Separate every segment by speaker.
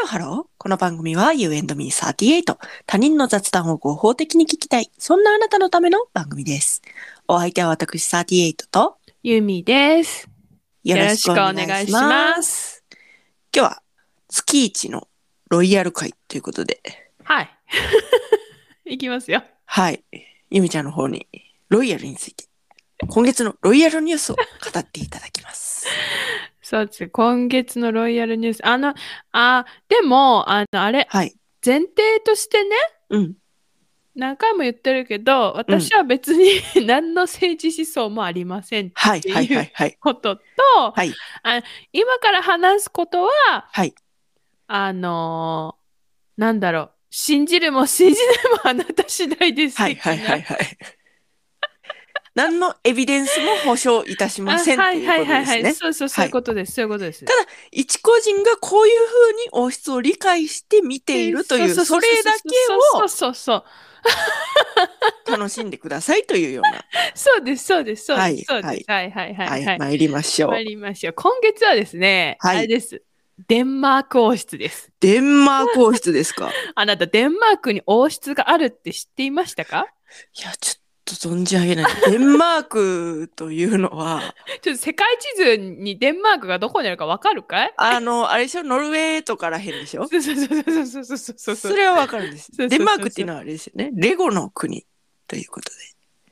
Speaker 1: ロハロー。この番組は You and me38。他人の雑談を合法的に聞きたい。そんなあなたのための番組です。お相手は私38と
Speaker 2: ゆみです。
Speaker 1: よろしくお願いし
Speaker 2: よろしくお願い
Speaker 1: ま。
Speaker 2: します
Speaker 1: 今日は月一のロイヤル会ということで、
Speaker 2: はい。いきますよ。
Speaker 1: はい。ゆみちゃんの方にロイヤルについて、今月のロイヤルニュースを語っていただきます。
Speaker 2: そうです。今月のロイヤルニュース。あの、あ、でも、あの、あれ、
Speaker 1: はい。
Speaker 2: 前提としてね、
Speaker 1: うん。
Speaker 2: 何回も言ってるけど、私は別に 何の政治思想もありません。
Speaker 1: はいはいはいはい。
Speaker 2: ことと、
Speaker 1: はい
Speaker 2: あ今から話すことは、
Speaker 1: はい。
Speaker 2: あのーなんだろう、信じるも信じないもあなた次第です。
Speaker 1: はいはいはいはい。何のエビデンスも保証いたしません
Speaker 2: あ
Speaker 1: と
Speaker 2: はいいう
Speaker 1: こ
Speaker 2: は
Speaker 1: と
Speaker 2: いは
Speaker 1: で
Speaker 2: いは
Speaker 1: す
Speaker 2: い、
Speaker 1: ね。
Speaker 2: そうそうそういうことです、そういうことです。
Speaker 1: た一個人がこういうふうに王室を理解して見ているという、それだけ
Speaker 2: そうそうそう
Speaker 1: を楽しんでくださいというよう
Speaker 2: そうですそうですそう
Speaker 1: は
Speaker 2: ですそ
Speaker 1: いう
Speaker 2: ですはいはい
Speaker 1: な。
Speaker 2: は
Speaker 1: はいい、
Speaker 2: はい
Speaker 1: 参りましょう。
Speaker 2: 参りましょう今月はですね
Speaker 1: はい
Speaker 2: あれですデンマーク王室です
Speaker 1: デンマーク王室ですか。
Speaker 2: あなたデンマークに王室があるって知っていましたか
Speaker 1: いや、ちょっと存じ上げない。デンマークというのは、
Speaker 2: ちょっと世界地図にデンマークがどこにあるかわかるかい
Speaker 1: あの、あれでしょ、ノルウェーとからへんでしょ。
Speaker 2: そうそうそうそうそうそうそう
Speaker 1: そ
Speaker 2: そう
Speaker 1: れはわかるんです。
Speaker 2: そうそうそう
Speaker 1: デンマークっていうのはあれですよね。レゴの国ということで。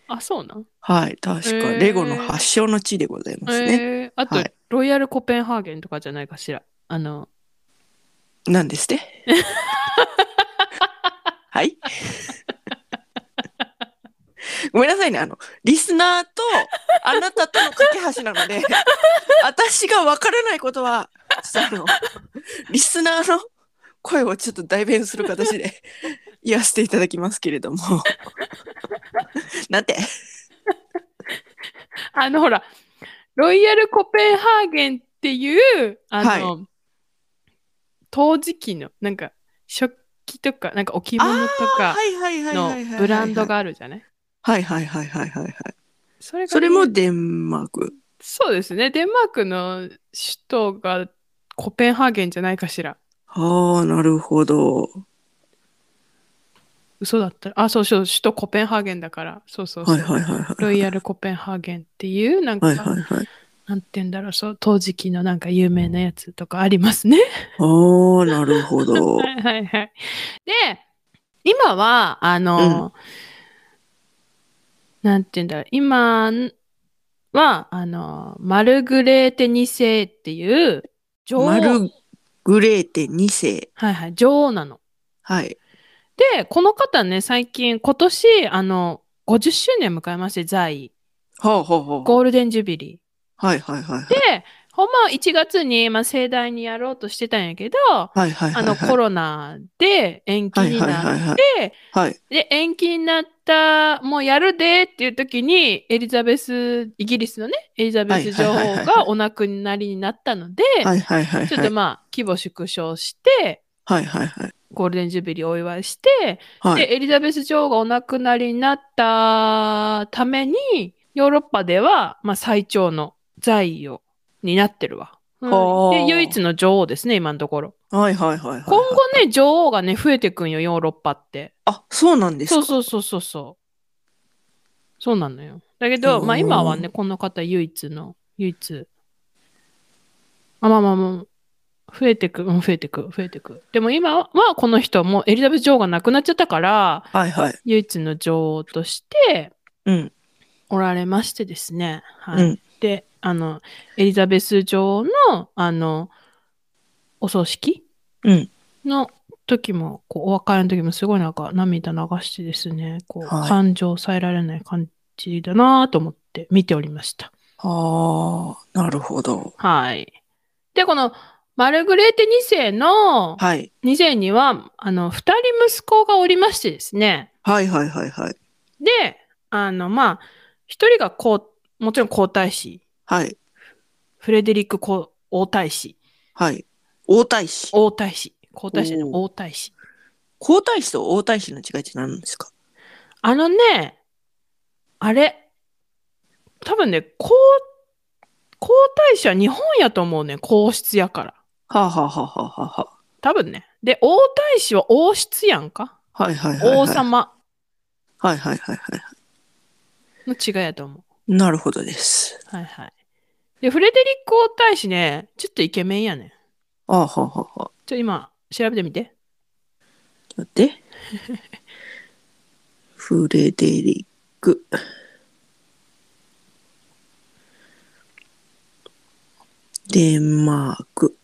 Speaker 2: あそうなん
Speaker 1: はい、確か
Speaker 2: えー
Speaker 1: レゴの発祥の地でございますね。
Speaker 2: えーあと、
Speaker 1: はい
Speaker 2: ロイヤルコペンハーゲンとかじゃないかしらあの
Speaker 1: なんです って。はい。ごめんなさいね、あの、リスナーとあなたとの架け橋なの で、私が分からないことは、ちょっとあの、リスナーの声をちょっと代弁する形で 言わせていただきますけれども。なんて、
Speaker 2: あのほら、ロイヤルコペンハーゲンっていう、あの、陶磁器の、なんか、食器とか、なんか置物とか
Speaker 1: はいはいはい
Speaker 2: の
Speaker 1: はいはいはいはい。
Speaker 2: ブランド。があるじゃない
Speaker 1: はいはいはいはいはいはい。
Speaker 2: それが
Speaker 1: それもデンマーク。
Speaker 2: そうですね。デンマークの首都がコペンハーゲンじゃないかしら。
Speaker 1: ああ、なるほど。
Speaker 2: 嘘だったら。あ、そうそう、首都コペンハーゲンだから。そうそうそう
Speaker 1: はいはいはいはい。
Speaker 2: ロイヤルコペンハーゲンっていう、なんか、
Speaker 1: はいはいはい。
Speaker 2: なんて言うんだろう、そう、陶磁器のなんか有名なやつとかありますね。
Speaker 1: ああ、なるほ ど。
Speaker 2: はいはいはい。で、今は、あの、なんて言うんだろう、今は、あの、マルグレーテ2世っていう女王、
Speaker 1: マルグレーテ2世。
Speaker 2: はいはい、女王なの。
Speaker 1: はい。
Speaker 2: で、この方ね、最近、今年、あの、50周年迎えまして、在位。
Speaker 1: ほうほうほうほう。
Speaker 2: ゴールデンジュビリ
Speaker 1: はいはいはいはい。
Speaker 2: ー。で、ほんまは1月に、まあ、盛大にやろうとしてたんやけど、
Speaker 1: はいはいは
Speaker 2: あ
Speaker 1: い は
Speaker 2: の、
Speaker 1: い。
Speaker 2: コロナで延期に
Speaker 1: はいはいはい
Speaker 2: な
Speaker 1: は
Speaker 2: っ
Speaker 1: い
Speaker 2: て、
Speaker 1: はい。
Speaker 2: で、延期になった、もうやるでっていう時に、エリザベス、イギリスのね、エリザベス女
Speaker 1: はいはいはい
Speaker 2: 王
Speaker 1: は
Speaker 2: がお亡くなりになったので、
Speaker 1: はいはいはいはい。
Speaker 2: ちょっとまあ、規模縮小して、
Speaker 1: はいはいはい。
Speaker 2: ゴールデンジュビリーをお祝いして、
Speaker 1: はい。
Speaker 2: で、エリザベス女王がお亡くなりになったために、ヨーロッパでは、まあ、最長の在位を、になってるわ。うん
Speaker 1: ほう
Speaker 2: で、唯一の女王ですね、今のところ。
Speaker 1: はいはいはいはい。
Speaker 2: 今後ね、女王がね、増えてくんよ、ヨーロッパって。
Speaker 1: あ、そうなんです
Speaker 2: そ
Speaker 1: か。
Speaker 2: うそうそうそうそう。そうなのよ。だけ
Speaker 1: う
Speaker 2: ど、
Speaker 1: ん
Speaker 2: まあ今はね、この方唯一の、唯一。あ、まあまあまあ、増えてく、うん、増えてく、増えてく。でも今はこの人もうエリザベス女王が亡くなっちゃったから、
Speaker 1: はいはい。
Speaker 2: 唯一の女王として
Speaker 1: うん。
Speaker 2: おられましてですね。はい。
Speaker 1: うん。
Speaker 2: で、あの、エリザベス女王の、あの、お葬式
Speaker 1: うん。
Speaker 2: の時も、こう、お別れの時もすごいなんか涙流してですね、こう、
Speaker 1: はい
Speaker 2: 感情を抑えられない感じだなと思って見ておりました。
Speaker 1: ああ、なるほど。
Speaker 2: はい。で、この、マルグレーテ2世の、
Speaker 1: はい。
Speaker 2: 2世には、あの、二人息子がおりましてですね、
Speaker 1: はいはいはいはい。
Speaker 2: で、あの、まあ、一人がこう、もちろん皇太子、
Speaker 1: はい。
Speaker 2: フレデリック皇王太子、
Speaker 1: はい。王太子。
Speaker 2: 王太子、皇太子じゃない王太子。
Speaker 1: 皇太子と王太子の違いって何なんですか
Speaker 2: あのね、あれ、多分ね、皇、皇太子は日本やと思うね、皇室やから。
Speaker 1: はあはあはあはあはあはあ。
Speaker 2: 多分ね。で、王太子は王室やんか
Speaker 1: はいはいはい、はい。
Speaker 2: 王。様
Speaker 1: はいはいはいはい。
Speaker 2: の違いやと思う。
Speaker 1: なるほどです。
Speaker 2: はいはい。で、フレデリック王太子ね、ちょっとイケメンやねん。
Speaker 1: あはははは。
Speaker 2: ちょ、今、調べてみて。
Speaker 1: ちょっと待 って。フレデリック。デンマーク。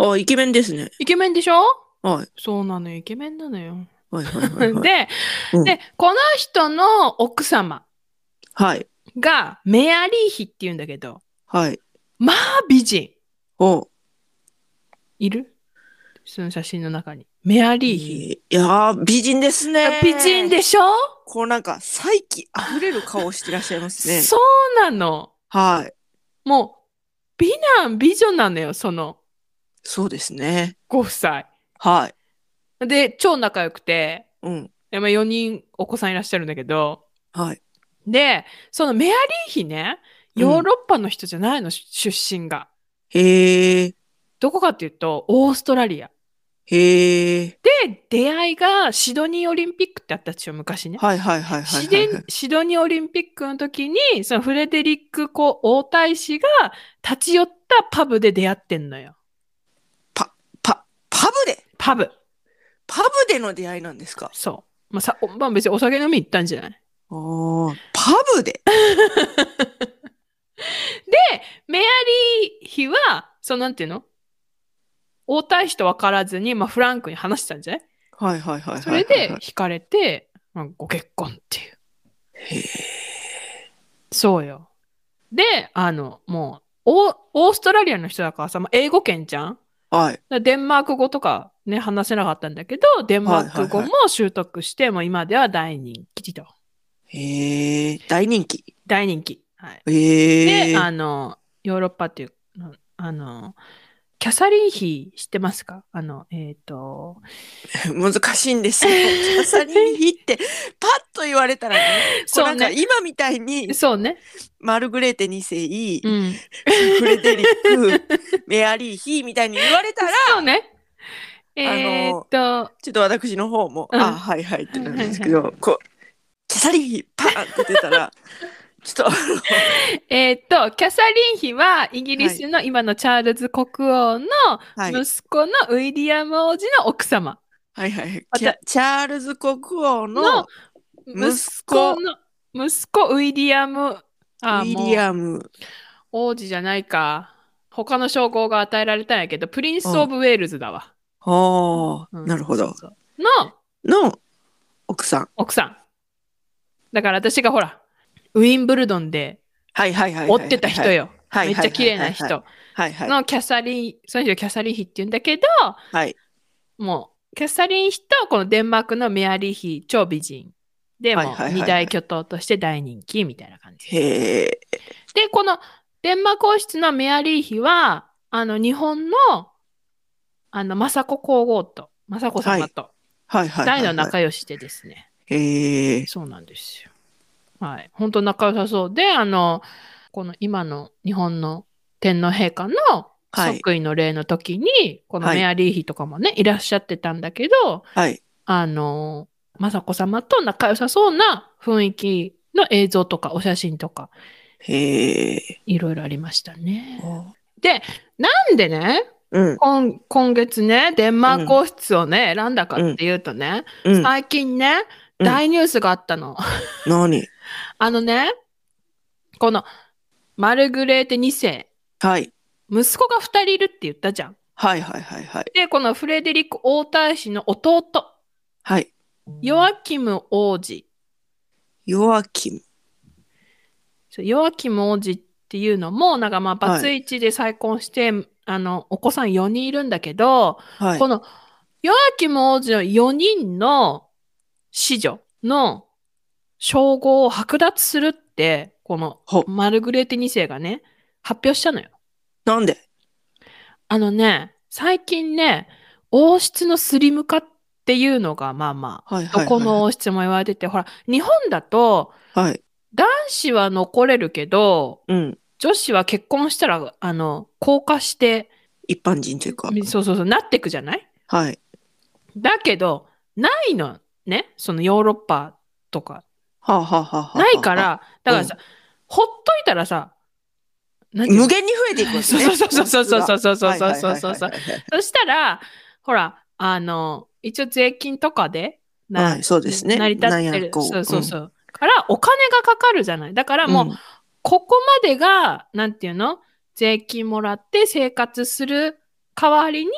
Speaker 1: あ、イケメンですね。
Speaker 2: イケメンでしょ
Speaker 1: はい。
Speaker 2: そうなのよ、イケメンなのよ。
Speaker 1: はいはいはい、はい。
Speaker 2: で、
Speaker 1: うん
Speaker 2: で、この人の奥様
Speaker 1: はい。
Speaker 2: がメアリー妃っていうんだけど、
Speaker 1: はい。
Speaker 2: まあ美人。
Speaker 1: お
Speaker 2: いるその写真の中に。メアリー妃。
Speaker 1: いやー、美人ですね。
Speaker 2: 美人。でしょ、
Speaker 1: こうなんか、才気あふれる顔をしてらっしゃいますね。
Speaker 2: そうなの。
Speaker 1: はい。
Speaker 2: もう、美男美女なのよ、その
Speaker 1: そうですね。
Speaker 2: ご夫妻。
Speaker 1: はい。
Speaker 2: で、超仲良くて、
Speaker 1: うん。
Speaker 2: まあ、4人お子さんいらっしゃるんだけど、
Speaker 1: はい。
Speaker 2: で、そのメアリー妃ね、ヨーロッパの人じゃないの、し出身が。
Speaker 1: へー。
Speaker 2: どこかっていうと、オーストラリア。
Speaker 1: へー。
Speaker 2: で、出会いがシドニーオリンピックってあったでしょ、昔ね。
Speaker 1: はいはいはいはい
Speaker 2: シ
Speaker 1: はい、
Speaker 2: デ
Speaker 1: はい
Speaker 2: ン。シドニーオリンピックの時に、そのフレデリック公王太子が立ち寄ったパブで出会ってんのよ。
Speaker 1: パ、パブで
Speaker 2: パブ。
Speaker 1: パブでの出会いなんですか
Speaker 2: そう。まあ、さおまあ、別にお酒飲み行ったんじゃない
Speaker 1: あーパブで
Speaker 2: メアリー妃は、そのなんていうの王太子と分からずに、まあ、フランクに話してたんじゃない
Speaker 1: はいはいはいはいはい。
Speaker 2: それで惹かれて、まあご結婚っていう。
Speaker 1: へ
Speaker 2: そうよ。で、あの、もう、オーオーストラリアの人だからさ、まあ、英語圏じゃんだか
Speaker 1: ー。はい。
Speaker 2: らデンマーク語とかね、話せなかったんだけど、デンマーク語
Speaker 1: はい
Speaker 2: も
Speaker 1: は
Speaker 2: 習得して、もう今では大人気と。
Speaker 1: へー。大人気。
Speaker 2: 大人気。はい。
Speaker 1: へ
Speaker 2: で、あ
Speaker 1: ー。
Speaker 2: の、ヨーロッパっていう、あの、キャサリン妃知ってますかあの、えっ、と、
Speaker 1: 難しいん ですよ。キャサリン妃って、パッと言われたらね、こう
Speaker 2: そ
Speaker 1: な
Speaker 2: うん
Speaker 1: か
Speaker 2: ね。
Speaker 1: 今みたいに、
Speaker 2: そうね。
Speaker 1: マルグレーテ2世、
Speaker 2: うん。
Speaker 1: フレデリック、メアリー妃みたいに言われたら、
Speaker 2: そうね。えーっと、
Speaker 1: ちょっと私の方も、
Speaker 2: うん
Speaker 1: あはいはいってなるんですけど、こう、キャサリン妃パーンって出たら、ちょっと、
Speaker 2: えーっと、キャサリン妃はイギリスの今のチャールズ国王の
Speaker 1: はい。
Speaker 2: 息子のウィリアム王子の奥様。
Speaker 1: はいはい。
Speaker 2: また
Speaker 1: キャチャールズ国王の
Speaker 2: の
Speaker 1: ウ
Speaker 2: 息子の、息子ウィリアム、あ
Speaker 1: ィリ
Speaker 2: もう
Speaker 1: アム。
Speaker 2: 王子じゃないか。他の称号が与えられたんやけど、プリンス・オブ・ウェールズだわ。
Speaker 1: ああ、
Speaker 2: うん
Speaker 1: なるほ
Speaker 2: そう
Speaker 1: ど。
Speaker 2: そうの
Speaker 1: の奥さん。
Speaker 2: 奥さん。だから私がほら、ウィンブルドンで
Speaker 1: はいはいはいはい
Speaker 2: 追
Speaker 1: はい。
Speaker 2: ってた人よ。
Speaker 1: はい
Speaker 2: め
Speaker 1: は
Speaker 2: っ
Speaker 1: いはいはい
Speaker 2: ちゃ綺麗な人。
Speaker 1: はいはい。
Speaker 2: のキャサリン、その人をキャサリン妃って言うんだけど、
Speaker 1: はい。
Speaker 2: もう、キャサリン妃とこのデンマークのメアリー妃、超美人。で、も
Speaker 1: はいはいはいはい
Speaker 2: 二大巨頭として大人気みたいな感じ。
Speaker 1: へえ。
Speaker 2: で、このデンマーク王室のメアリー妃は、あの、日本の、あの、政子皇后と、政子様と、
Speaker 1: はいはいはい
Speaker 2: 大
Speaker 1: は
Speaker 2: の
Speaker 1: い。
Speaker 2: 仲良しでですね、
Speaker 1: へえ。
Speaker 2: そうなんですよ。はい。本当仲良さそうで、あの、この今の日本の天皇陛下の
Speaker 1: はい。
Speaker 2: 即位の礼の時に、この
Speaker 1: はい
Speaker 2: メアリー妃とかもね、いらっしゃってたんだけど、
Speaker 1: はい。
Speaker 2: あの、雅子様と仲良さそうな雰囲気の映像とかお写真とか、
Speaker 1: へえ。
Speaker 2: いろいろありましたね。なんでね、
Speaker 1: うん。
Speaker 2: 今今月ね、デンマーク王室をね、選んだかっていうとね、
Speaker 1: うん。
Speaker 2: 最近ね、
Speaker 1: うん
Speaker 2: 大ニュースがあったの。
Speaker 1: 何
Speaker 2: あのね、この、マルグレーテ2世、
Speaker 1: はい。
Speaker 2: 息子が2人いるって言ったじゃん。
Speaker 1: はいはいはいはい。
Speaker 2: で、このフレデリック王太子の弟、
Speaker 1: はい。
Speaker 2: ヨアキム王子。
Speaker 1: ヨアキム。
Speaker 2: そうヨアキム王子っていうのも、なんかまあ、バツイチで再婚して、あの、お子さん4人いるんだけど、
Speaker 1: はい
Speaker 2: こ。の、ヨアキム王子の4人の子女の称号を剥奪するって、この
Speaker 1: ほ、
Speaker 2: マルグレーテ2世がね、発表したのよ。
Speaker 1: なんで
Speaker 2: あのね、最近ね、王室のスリム化っていうのが、まあま
Speaker 1: はい
Speaker 2: あ、ど
Speaker 1: はい。
Speaker 2: この王室も言われてて、ほら、日本だと、
Speaker 1: はい。
Speaker 2: 男子は残れるけど、
Speaker 1: うん。
Speaker 2: 女子は結婚したら、あの、高化して、
Speaker 1: 一般人というか。
Speaker 2: そうそうそう、なってくじゃない
Speaker 1: はい。
Speaker 2: だけど、ないのね、そのヨーロッパとか。
Speaker 1: はあ、はあはあはあ、
Speaker 2: ないか。ら、だからさ、ほっといたらさ、何ていうの
Speaker 1: 無限に増えていくわけね。
Speaker 2: そうそうそうそうそうそうそうそうそうそうそう
Speaker 1: はいはいはいはいはい
Speaker 2: そしたら、ほら、あの、一応税金とかで、な
Speaker 1: はいそうですね
Speaker 2: 成り立って
Speaker 1: なんや
Speaker 2: る。
Speaker 1: こう
Speaker 2: そうそうそう。から、お金がかかるじゃない。だからもう、
Speaker 1: ん
Speaker 2: ここまでが、なんていうの税金もらって生活する代わりに、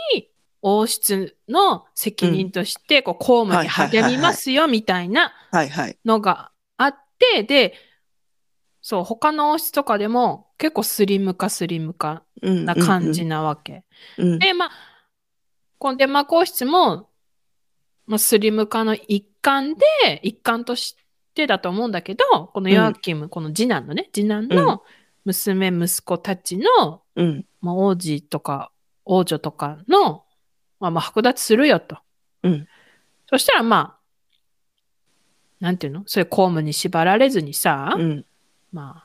Speaker 2: 王室の責任として、こう、公務に励みますよ、みたいな
Speaker 1: はいはい。
Speaker 2: のがあって、で、そう、他の王室とかでも、結構スリム化スリム化
Speaker 1: うん
Speaker 2: な感じ。なわけ。
Speaker 1: うん
Speaker 2: で、まあ、このデンマーク王室も、まあ、スリム化の一環で、一環としてだと思うんだけど、このヨアキム、この次男のね、次男の娘、息子たちの、
Speaker 1: うん
Speaker 2: まあ、王子とか王女とかの、まあ、まあ剥奪するよと。
Speaker 1: うん
Speaker 2: そしたら、まあ、なんていうのそういう公務に縛られずにさ、
Speaker 1: うん
Speaker 2: まあ、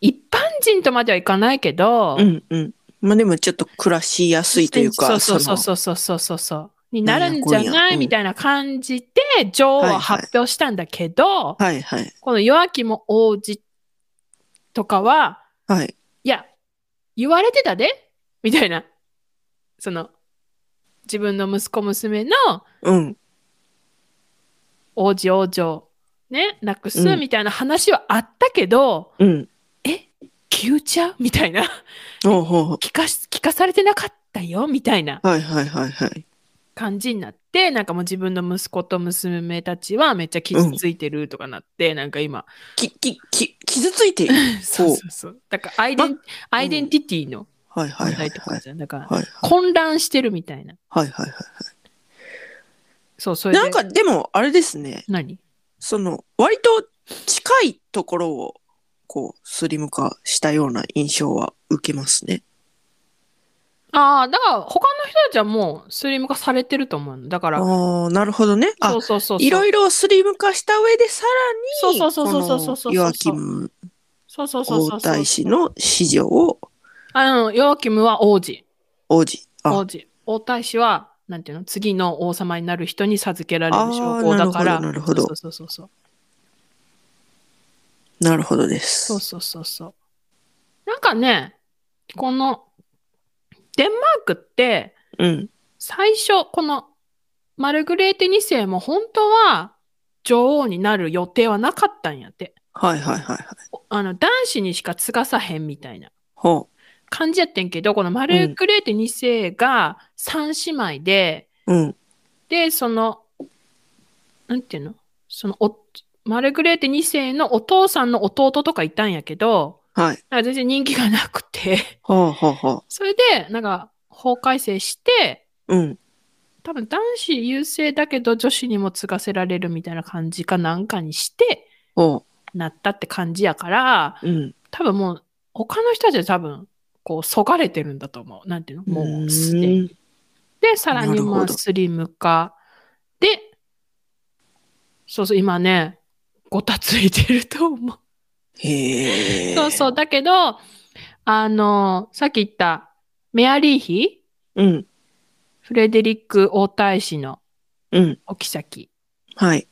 Speaker 2: 一般人とまではいかないけど、
Speaker 1: うんうん。まあでもちょっと暮らしやすいというか、
Speaker 2: そうそ
Speaker 1: そ
Speaker 2: うそうそうそうそうそう。になるんじゃ
Speaker 1: なんやこん
Speaker 2: な
Speaker 1: やう
Speaker 2: い
Speaker 1: ん
Speaker 2: みたいな感じで、女王
Speaker 1: はいは
Speaker 2: はい発表したんだけど、
Speaker 1: のはいはい。
Speaker 2: この弱きも王子とかは、
Speaker 1: はい。
Speaker 2: いや、言われてたでみたいな。その、自分の息子娘の
Speaker 1: うん。
Speaker 2: 王子王女をね、なくす
Speaker 1: うん
Speaker 2: みたいな話はあったけど、
Speaker 1: うん。
Speaker 2: 急ちゃうみたいな。
Speaker 1: おうほうほ
Speaker 2: 聞かし、聞かされてなかったよみたいな。
Speaker 1: う。はいはいはいはい。
Speaker 2: 感じになってなんかもう自分の息子と娘たちはめっちゃ傷ついてるとかなって、なんか今
Speaker 1: き、き、き、傷ついている。
Speaker 2: そうそうそうだからアイデン、
Speaker 1: ま
Speaker 2: アイデンティティの
Speaker 1: はいはい
Speaker 2: 問
Speaker 1: はい
Speaker 2: 題と
Speaker 1: は
Speaker 2: か
Speaker 1: い。
Speaker 2: じゃん、だから
Speaker 1: はい
Speaker 2: 混乱してるみたいな
Speaker 1: はいはいはい。
Speaker 2: そうそれで
Speaker 1: なんかでもあれですね、
Speaker 2: 何
Speaker 1: その割と近いところをこうスリム化したような印象は受けますね。
Speaker 2: ああだから他の人たちはもうスリム化されてると思うのだから
Speaker 1: ああ、なるほどね。あ
Speaker 2: そうそうそうそう
Speaker 1: いろいろスリム化した上でさらに、
Speaker 2: そうそうそうそうそうそうそう
Speaker 1: このヨアキム
Speaker 2: そうそうそうそ
Speaker 1: 皇
Speaker 2: うそう
Speaker 1: 太子の子女を
Speaker 2: あのヨアキムは王子
Speaker 1: 王子。あ
Speaker 2: 王子王太子はなんていうの次の王様になる人に授けられ
Speaker 1: あ
Speaker 2: る
Speaker 1: ー
Speaker 2: 証拠だから
Speaker 1: なるほどなるほど
Speaker 2: そうそうそうそう
Speaker 1: なるほどです。
Speaker 2: そうそうそうそう。なんかね、このデンマークって
Speaker 1: うん。
Speaker 2: 最初、このマルグレーテ2世も本当は女王になる予定はなかったんやって。
Speaker 1: はいはいはいはい。
Speaker 2: おあの男子にしか継がさへんみたいな
Speaker 1: ほ
Speaker 2: 感じやってんけど、このマルグレーテ2世が3姉妹で、
Speaker 1: う。うん。
Speaker 2: で、その、なんていうのそのお、マルグレーテ2世のお父さんの弟とかいたんやけど、
Speaker 1: はい。
Speaker 2: なんか全然人気がなくて。
Speaker 1: ほうほうほ
Speaker 2: それで、なんか、法改正して、
Speaker 1: う。うん。
Speaker 2: 多分男子優勢だけど女子にも継がせられるみたいな感じかなんかにして、
Speaker 1: ほ
Speaker 2: なったって感じやから、
Speaker 1: う。うん。
Speaker 2: 多分もう、他の人たちは多分、こう、そがれてるんだと思う。なんていうのもうすでに。
Speaker 1: ん
Speaker 2: で、さら
Speaker 1: な
Speaker 2: に
Speaker 1: る
Speaker 2: ま
Speaker 1: ほ
Speaker 2: あ、
Speaker 1: ど
Speaker 2: スリム化。で、そうそう、今ね、ごたついてると思う。
Speaker 1: へえ。
Speaker 2: そうそう、だけど、あの、さっき言った、メアリー妃
Speaker 1: うん。
Speaker 2: フレデリック王太子の
Speaker 1: うん。
Speaker 2: お妃
Speaker 1: はい。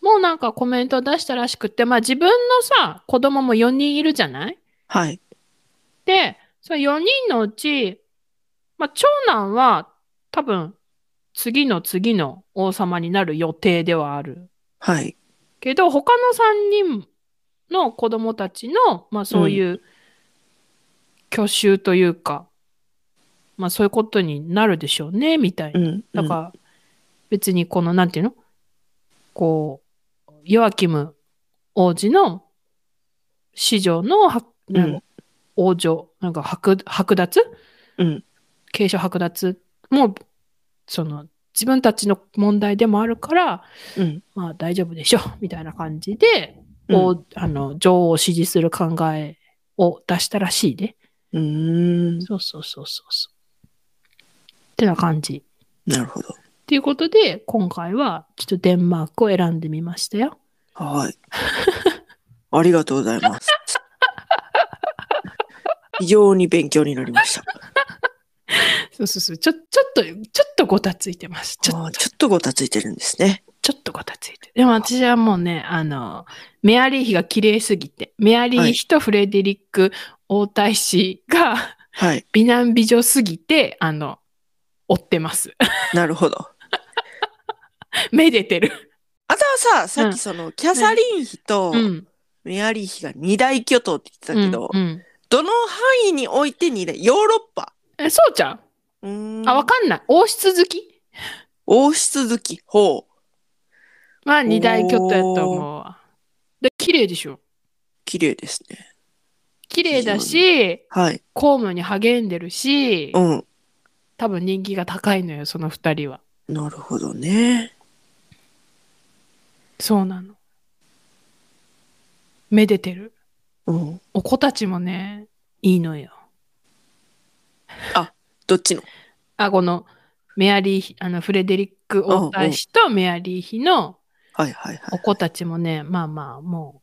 Speaker 2: もうなんかコメントを出したらしくって、まあ自分のさ、子供も4人いるじゃない
Speaker 1: はい。
Speaker 2: で、その4人のうち、まあ長男は多分次の次の王様になる予定ではある
Speaker 1: はい。
Speaker 2: けど、他の3人の子供たちの、まあそういう去就というか、まあそういうことになるでしょうね、みたいな
Speaker 1: う。ん。
Speaker 2: だから、別にこの、なんていうのこう、ヨアキム王子の子女のは、
Speaker 1: ん
Speaker 2: なんか王女、なんか剥剥奪
Speaker 1: うん
Speaker 2: 継承剥奪も、その、自分たちの問題でもあるから、
Speaker 1: うん。うん。
Speaker 2: まあ大丈夫でしょ、みたいな感じで、
Speaker 1: うん
Speaker 2: 王あの女王を支持する考えを出したらしいね。
Speaker 1: うーん。
Speaker 2: そうそうそうそうそう。ってな感じ。
Speaker 1: なるほど。
Speaker 2: ということで、今回はちょっとデンマークを 選んでみましたよ。
Speaker 1: はい。ありがとうございます。非常に勉強になりました。
Speaker 2: そうそうそう。ちょ、ちょっと、ちょっとごたついてます。ち
Speaker 1: ち
Speaker 2: ょ
Speaker 1: ょ
Speaker 2: っと、
Speaker 1: ちょっとごたついてるんですね。
Speaker 2: ちょっとごたついて。でも私はもうね、あの、メアリー妃が綺麗すぎて、メアリー妃とフレデリック王太子が
Speaker 1: はい。
Speaker 2: 美男美女すぎて、あの、追ってます。
Speaker 1: なるほど。
Speaker 2: めでてる。
Speaker 1: あとはさ、さっきその、キャサリン妃と
Speaker 2: うん。
Speaker 1: メアリー妃が二大巨頭って言ってたけど、
Speaker 2: うんうん
Speaker 1: どの範囲において二大、ヨーロッパ。
Speaker 2: え、そうちゃん
Speaker 1: うーん
Speaker 2: あ、わかんない。王室好き
Speaker 1: 王室好き。ほう。
Speaker 2: まあ、二大巨頭やと思うわ。で、綺麗でしょ。
Speaker 1: 綺麗ですね。
Speaker 2: 綺麗だし、
Speaker 1: はい。
Speaker 2: 公務に励んでるし
Speaker 1: う、ん。
Speaker 2: 多分人気が高いのよ、その二人は。
Speaker 1: なるほどね。
Speaker 2: そうなの。めでてる。
Speaker 1: うん。
Speaker 2: お子たちもね、いいのよ。
Speaker 1: どっちの
Speaker 2: あ、この、メアリー妃、あの、フレデリック王太子とメアリー妃の
Speaker 1: はいはいは
Speaker 2: お
Speaker 1: い。
Speaker 2: 子たちもね、まあまあ、もう、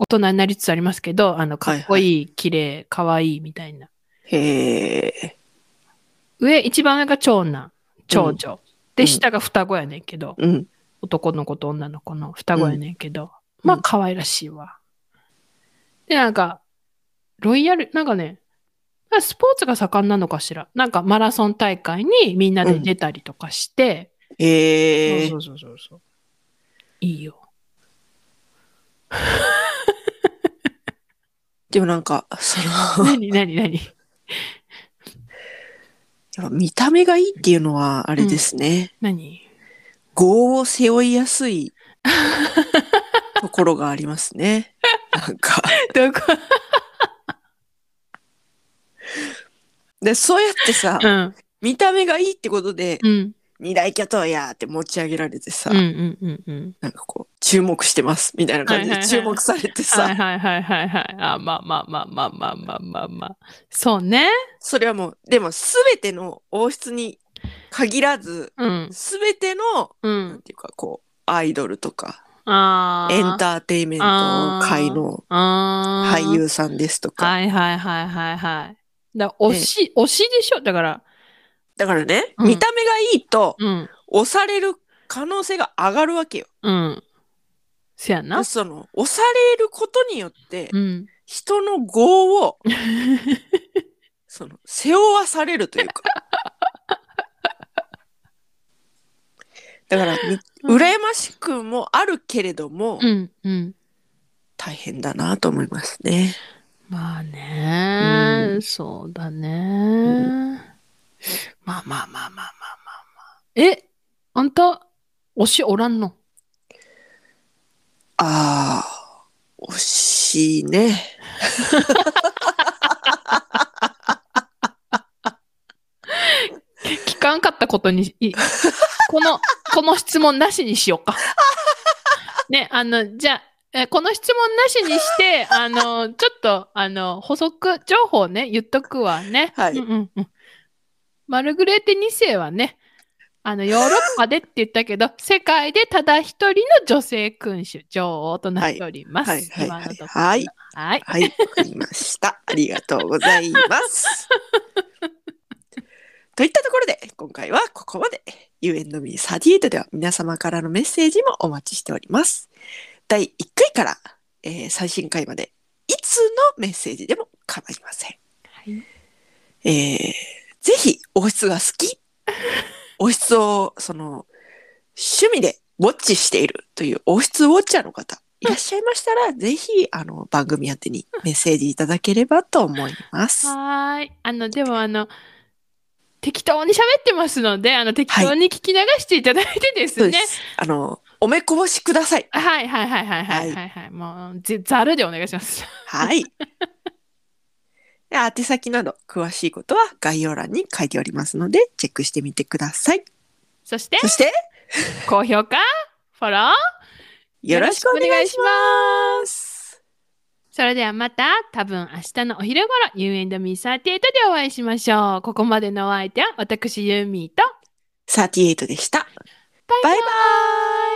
Speaker 2: 大人になりつつありますけど、あの、かっこいい、綺麗、かわいいみたいな。
Speaker 1: へえ。
Speaker 2: 上、一番上が長男、長女。
Speaker 1: う
Speaker 2: で、
Speaker 1: ん
Speaker 2: 下が双子やねんけど、
Speaker 1: うん。
Speaker 2: 男の子と女の子の双子やねんけど、まあ、可愛らしいわ。で、なんか、ロイヤル、なんかね、まあスポーツが盛んなのかしら。なんかマラソン大会にみんなで出たりとかして、
Speaker 1: へえ
Speaker 2: そ。うそうそうそう。いいよ。
Speaker 1: でもなんか、その、
Speaker 2: 何何何
Speaker 1: やっぱ見た目がいいっていうのは、あれですね。
Speaker 2: 何
Speaker 1: 業を背負いやす いところがありますね。なんか。
Speaker 2: どこ
Speaker 1: で、そうやってさ、
Speaker 2: うん。
Speaker 1: 見た目がいいってことで、
Speaker 2: うん。
Speaker 1: 二大巨頭やーって持ち上げられてさ、
Speaker 2: うんうんうんうん。
Speaker 1: なんかこう、注目してますみたいな感じ
Speaker 2: はいはい
Speaker 1: で
Speaker 2: はい
Speaker 1: 注目されてさ、
Speaker 2: はいはいはいはいはい。あ、まあまあまあまあまあまあまあまあ。そうね。
Speaker 1: それはもう、でもすべての王室に限らず、
Speaker 2: うん。
Speaker 1: すべての、
Speaker 2: う
Speaker 1: なん
Speaker 2: ん。
Speaker 1: ていうかこう、アイドルとか、
Speaker 2: ああ。
Speaker 1: エンターテイメント界の
Speaker 2: ああ。
Speaker 1: 俳優さんですとか、
Speaker 2: はいはいはいはいはい。だ推し、推しでしょだから、
Speaker 1: だからね、
Speaker 2: うん
Speaker 1: 見た目がいいと
Speaker 2: うん、
Speaker 1: 押される可能性が上がるわけよ。
Speaker 2: うん。せやな
Speaker 1: で。その、押されることによって
Speaker 2: う、ん。
Speaker 1: 人の業 を、その、背負わされるという か。だから、み羨ましくもあるけれども、
Speaker 2: うん、うん。
Speaker 1: 大変だなと思いますね。
Speaker 2: まあね、
Speaker 1: う
Speaker 2: そうだね、
Speaker 1: ん
Speaker 2: まあまあまあまあまあまあまあ。え、あんた、推しおらんの
Speaker 1: ああ、惜しいね。
Speaker 2: 聞かんかったことに、い この、この質問なしにしよ うか。ね、あの、じゃあ、えこの質問なし にして、あの、ちょっと、あの、補足情報ね、言っとくわね。
Speaker 1: はい
Speaker 2: うんうんうん。マルグレーテ2世はね、あの、ヨーロッパでって言ったけど、 世界でただ一人の女性君主、女王となっております。
Speaker 1: はいはい
Speaker 2: 今の
Speaker 1: はい
Speaker 2: ところ
Speaker 1: はい。
Speaker 2: はい。
Speaker 1: はい、わかりま した。ありがとうございます。といったところで、今回はここまで。U&Me38 では皆様からのメッセージもお待ちしております。第1回から、えー最新回まで、いつのメッセージでも構いません。
Speaker 2: はい
Speaker 1: えーぜひ、王室が好き、 王室を、その、趣味でウォッチしているという王室ウォッチャーの方、いらっしゃいましたら、ぜひ、あの、番組宛てにメッセージいただければと思います。
Speaker 2: はーい。あの、でもあの、適当に喋ってますので、あの、適当に聞き流していただいてです
Speaker 1: そう
Speaker 2: ね
Speaker 1: で。す。あの、おめこぼしください。
Speaker 2: はいはいはいはいはいはいはい。もう、ぜざるでお願いします。
Speaker 1: はい。で宛先など、詳しいことは概要欄に書いておりますので、チェックしてみてください。
Speaker 2: そして、
Speaker 1: そして、
Speaker 2: 高評価、フォロー。
Speaker 1: よろしくお願いします。
Speaker 2: それではまた、多分明日のお昼頃、You and Me38 でお会いしましょう。ここまでのお相手は、私ユーミーと、
Speaker 1: 38でした。バイバイ